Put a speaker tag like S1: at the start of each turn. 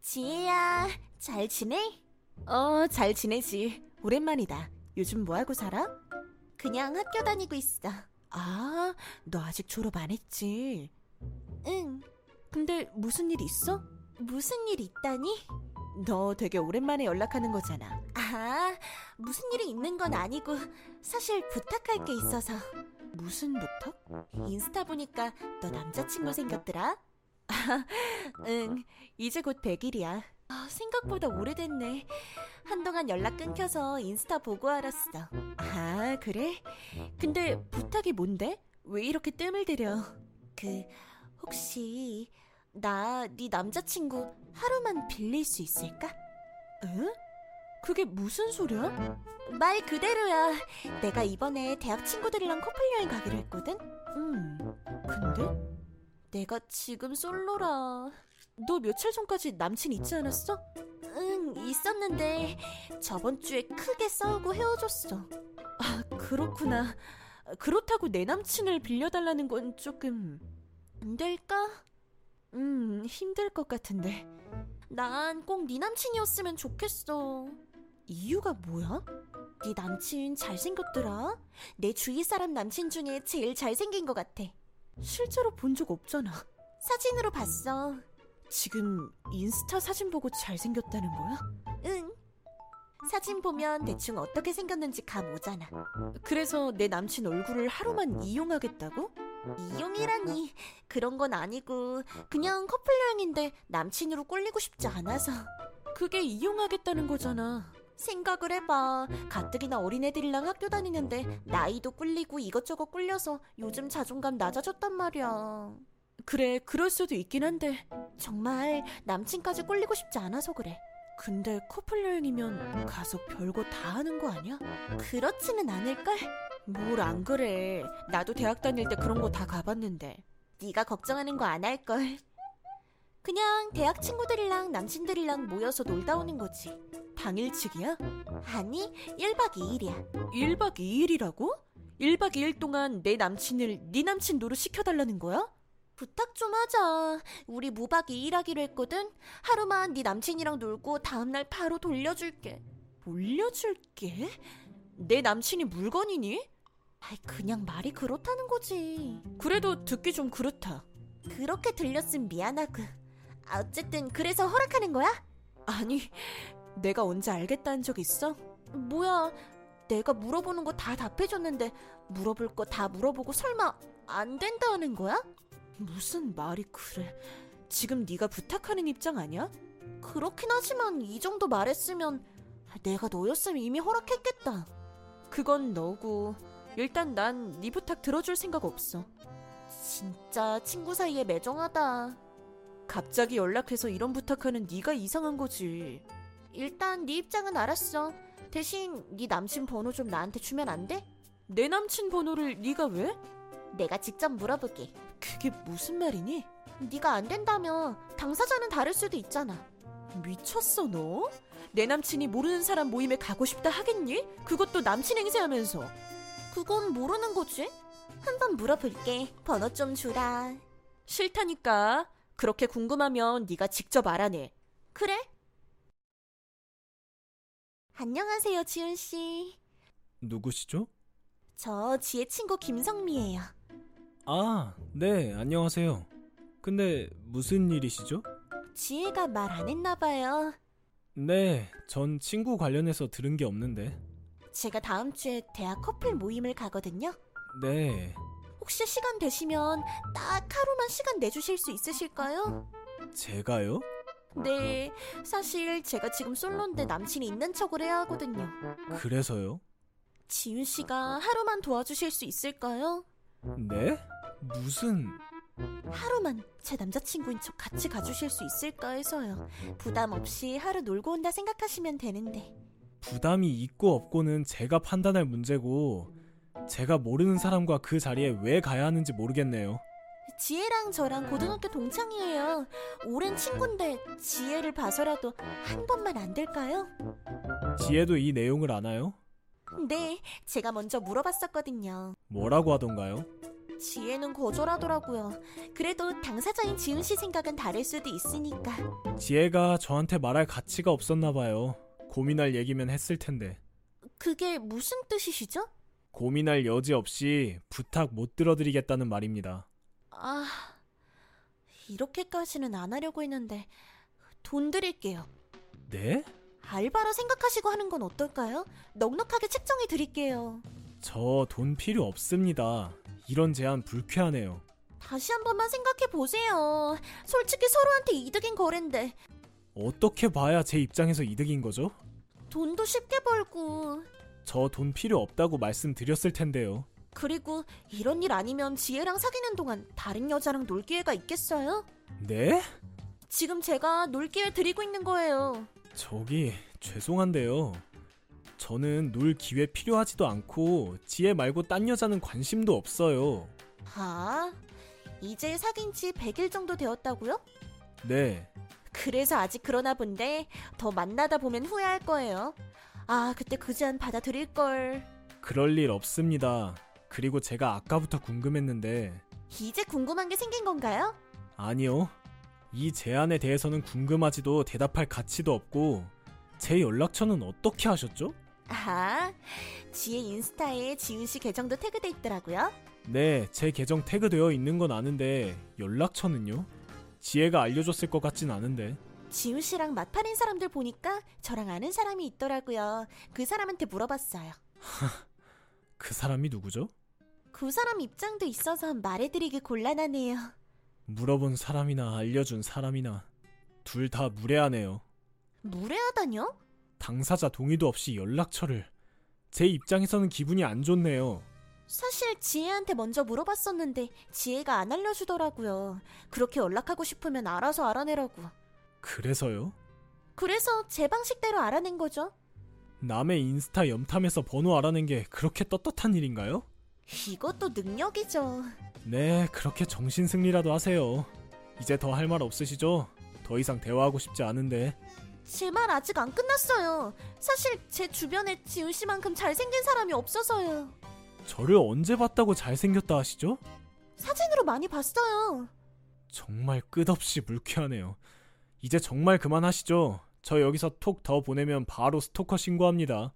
S1: 지혜야, 잘 지내?
S2: 어, 잘 지내지. 오랜만이다. 요즘 뭐하고 살아?
S1: 그냥 학교 다니고 있어.
S2: 아, 너 아직 졸업 안 했지.
S1: 응,
S2: 근데 무슨 일 있어?
S1: 무슨 일 있다니?
S2: 너 되게 오랜만에 연락하는 거잖아.
S1: 아, 무슨 일이 있는 건 아니고 사실 부탁할 게 있어서
S2: 무슨 부탁?
S1: 인스타 보니까 너 남자친구 생겼더라?
S2: 응, 이제 곧 100일이야.
S1: 아, 생각보다 오래됐네. 한동안 연락 끊겨서 인스타 보고 알았어.
S2: 아, 그래? 근데 부탁이 뭔데? 왜 이렇게 뜸을 들여?
S1: 그, 혹시 나 네 남자친구 하루만 빌릴 수 있을까?
S2: 응? 그게 무슨 소리야?
S1: 말 그대로야. 내가 이번에 대학 친구들이랑 커플 여행 가기로 했거든.
S2: 음, 근데?
S1: 내가 지금 솔로라.
S2: 너 며칠 전까지 남친 있지 않았어?
S1: 응, 있었는데 저번 주에 크게 싸우고 헤어졌어. 아,
S2: 그렇구나. 그렇다고 내 남친을 빌려달라는 건 조금...
S1: 안 될까?
S2: 음, 힘들 것 같은데.
S1: 난 꼭 네 남친이었으면 좋겠어.
S2: 이유가 뭐야?
S1: 네 남친 잘생겼더라. 내 주위 사람 남친 중에 제일 잘생긴 것 같아.
S2: 실제로 본 적 없잖아.
S1: 사진으로 봤어.
S2: 지금 인스타 사진 보고 잘생겼다는 거야?
S1: 응. 사진 보면 대충 어떻게 생겼는지 감 오잖아.
S2: 그래서 내 남친 얼굴을 하루만 이용하겠다고?
S1: 이용이라니 그런 건 아니고 그냥 커플 여행인데 남친으로 꼴리고 싶지 않아서
S2: 그게 이용하겠다는 거잖아.
S1: 생각을 해봐 가뜩이나 어린애들이랑 학교 다니는데 나이도 꿀리고 이것저것 꿀려서 요즘 자존감 낮아졌단 말이야
S2: 그래, 그럴 수도 있긴 한데.
S1: 정말 남친까지 꿀리고 싶지 않아서 그래
S2: 근데 커플 여행이면 가서 별거 다 하는 거 아니야?
S1: 그렇지는 않을걸?
S2: 뭘 안 그래. 나도 대학 다닐 때 그런 거 다 가봤는데.
S1: 네가 걱정하는 거 안 할걸 그냥 대학 친구들이랑 남친들이랑 모여서 놀다 오는 거지
S2: 당일치기야?
S1: 아니 1박 2일이야
S2: 1박 2일이라고? 1박 2일 동안 내 남친을 네 남친 노릇 시켜달라는 거야?
S1: 부탁 좀 하자 우리 무박 2일 하기로 했거든 하루만 네 남친이랑 놀고 다음날 바로 돌려줄게
S2: 올려줄게? 내 남친이 물건이니?
S1: 아이 그냥 말이 그렇다는 거지
S2: 그래도 듣기 좀 그렇다.
S1: 그렇게 들렸으면 미안하고 아, 어쨌든 그래서 허락하는 거야?
S2: 아니, 내가 언제 알겠다는 적 있어?
S1: 뭐야 내가 물어보는 거 다 답해줬는데 물어볼 거 다 물어보고 설마 안 된다는 거야?
S2: 무슨 말이 그래? 지금 네가 부탁하는 입장 아니야?
S1: 그렇긴 하지만 이 정도 말했으면 내가 너였으면 이미 허락했겠다
S2: 그건 너고 일단 난 네 부탁 들어줄 생각 없어.
S1: 진짜 친구 사이에 매정하다
S2: 갑자기 연락해서 이런 부탁하는 네가 이상한 거지.
S1: 일단 네 입장은 알았어 대신 네 남친 번호 좀 나한테 주면 안 돼?
S2: 내 남친 번호를 네가 왜?
S1: 내가 직접 물어볼게
S2: 그게 무슨 말이니?
S1: 네가 안 된다며 당사자는 다를 수도 있잖아
S2: 미쳤어 너? 내 남친이 모르는 사람 모임에 가고 싶다 하겠니? 그것도 남친 행세하면서.
S1: 그건 모르는 거지 한번 물어볼게 번호 좀 주라
S2: 싫다니까. 그렇게 궁금하면 네가 직접 알아내.
S1: 그래? 안녕하세요, 지훈 씨.
S3: 누구시죠?
S1: 저 지혜 친구 김성미예요.
S3: 아, 네, 안녕하세요. 근데 무슨 일이시죠?
S1: 지혜가 말 안 했나 봐요.
S3: 네, 전 친구 관련해서 들은 게 없는데.
S1: 제가 다음 주에 대학 커플 모임을 가거든요.
S3: 네,
S1: 혹시 시간 되시면 딱 하루만 시간 내주실 수 있으실까요?
S3: 제가요?
S1: 네, 사실 제가 지금 솔로인데 남친이 있는 척을 해야 하거든요.
S3: 그래서요?
S1: 지윤 씨가 하루만 도와주실 수 있을까요?
S3: 네? 무슨
S1: 하루만 제 남자친구인 척 같이 가주실 수 있을까 해서요. 부담 없이 하루 놀고 온다 생각하시면 되는데.
S3: 부담이 있고 없고는 제가 판단할 문제고, 제가 모르는 사람과 그 자리에 왜 가야 하는지 모르겠네요.
S1: 지혜랑 저랑 고등학교 동창이에요. 오랜 친구인데 지혜를 봐서라도 한 번만 안 될까요?
S3: 지혜도 이 내용을 아나요?
S1: 네, 제가 먼저 물어봤었거든요.
S3: 뭐라고 하던가요?
S1: 지혜는 거절하더라고요. 그래도 당사자인 지은 씨 생각은 다를 수도 있으니까.
S3: 지혜가 저한테 말할 가치가 없었나 봐요. 고민할 얘기면 했을 텐데.
S1: 그게 무슨 뜻이시죠?
S3: 고민할 여지 없이 부탁 못 들어드리겠다는 말입니다.
S1: 아, 이렇게까지는 안 하려고 했는데 돈 드릴게요.
S3: 네?
S1: 알바로 생각하시고 하는 건 어떨까요? 넉넉하게 책정해 드릴게요.
S3: 저 돈 필요 없습니다. 이런 제안 불쾌하네요.
S1: 다시 한 번만 생각해 보세요. 솔직히 서로한테 이득인 거랜데
S3: 어떻게 봐야 제 입장에서 이득인 거죠?
S1: 돈도 쉽게 벌고
S3: 저 돈 필요 없다고 말씀드렸을 텐데요.
S1: 그리고 이런 일 아니면 지혜랑 사귀는 동안 다른 여자랑 놀 기회가 있겠어요?
S3: 네?
S1: 지금 제가 놀 기회 드리고 있는 거예요.
S3: 저기 죄송한데요. 저는 놀 기회 필요하지도 않고 지혜 말고 딴 여자는 관심도 없어요.
S1: 아, 이제 사귄 지 100일 정도 되었다고요?
S3: 네.
S1: 그래서 아직 그러나 본데 더 만나다 보면 후회할 거예요. 아, 그때 그 제안 받아들일 걸.
S3: 그럴 일 없습니다. 그리고 제가 아까부터 궁금했는데
S1: 이제 궁금한 게 생긴 건가요?
S3: 아니요. 이 제안에 대해서는 궁금하지도 대답할 가치도 없고 제 연락처는 어떻게 하셨죠?
S1: 아, 지혜 인스타에 지은 씨 계정도 태그돼 있더라고요.
S3: 네, 제 계정 태그되어 있는 건 아는데 연락처는요? 지혜가 알려줬을 것 같진 않은데
S1: 지은 씨랑 맞팔인 사람들 보니까 저랑 아는 사람이 있더라고요. 그 사람한테 물어봤어요.
S3: 그 사람이 누구죠?
S1: 그 사람 입장도 있어서 말해드리기 곤란하네요.
S3: 물어본 사람이나 알려준 사람이나 둘 다 무례하네요.
S1: 무례하다뇨?
S3: 당사자 동의도 없이 연락처를 제 입장에서는 기분이 안 좋네요.
S1: 사실 지혜한테 먼저 물어봤었는데 지혜가 안 알려주더라고요. 그렇게 연락하고 싶으면 알아서 알아내라고.
S3: 그래서요?
S1: 그래서 제 방식대로 알아낸 거죠.
S3: 남의 인스타 염탐에서 번호 알아낸 게 그렇게 떳떳한 일인가요?
S1: 이것도 능력이죠.
S3: 네, 그렇게 정신 승리라도 하세요. 이제 더 할 말 없으시죠? 더 이상 대화하고 싶지 않은데.
S1: 제 말 아직 안 끝났어요. 사실 제 주변에 지훈 씨만큼 잘생긴 사람이 없어서요.
S3: 저를 언제 봤다고 잘생겼다 하시죠?
S1: 사진으로 많이 봤어요.
S3: 정말 끝없이 불쾌하네요. 이제 정말 그만하시죠. 저 여기서 톡 더 보내면 바로 스토커 신고합니다.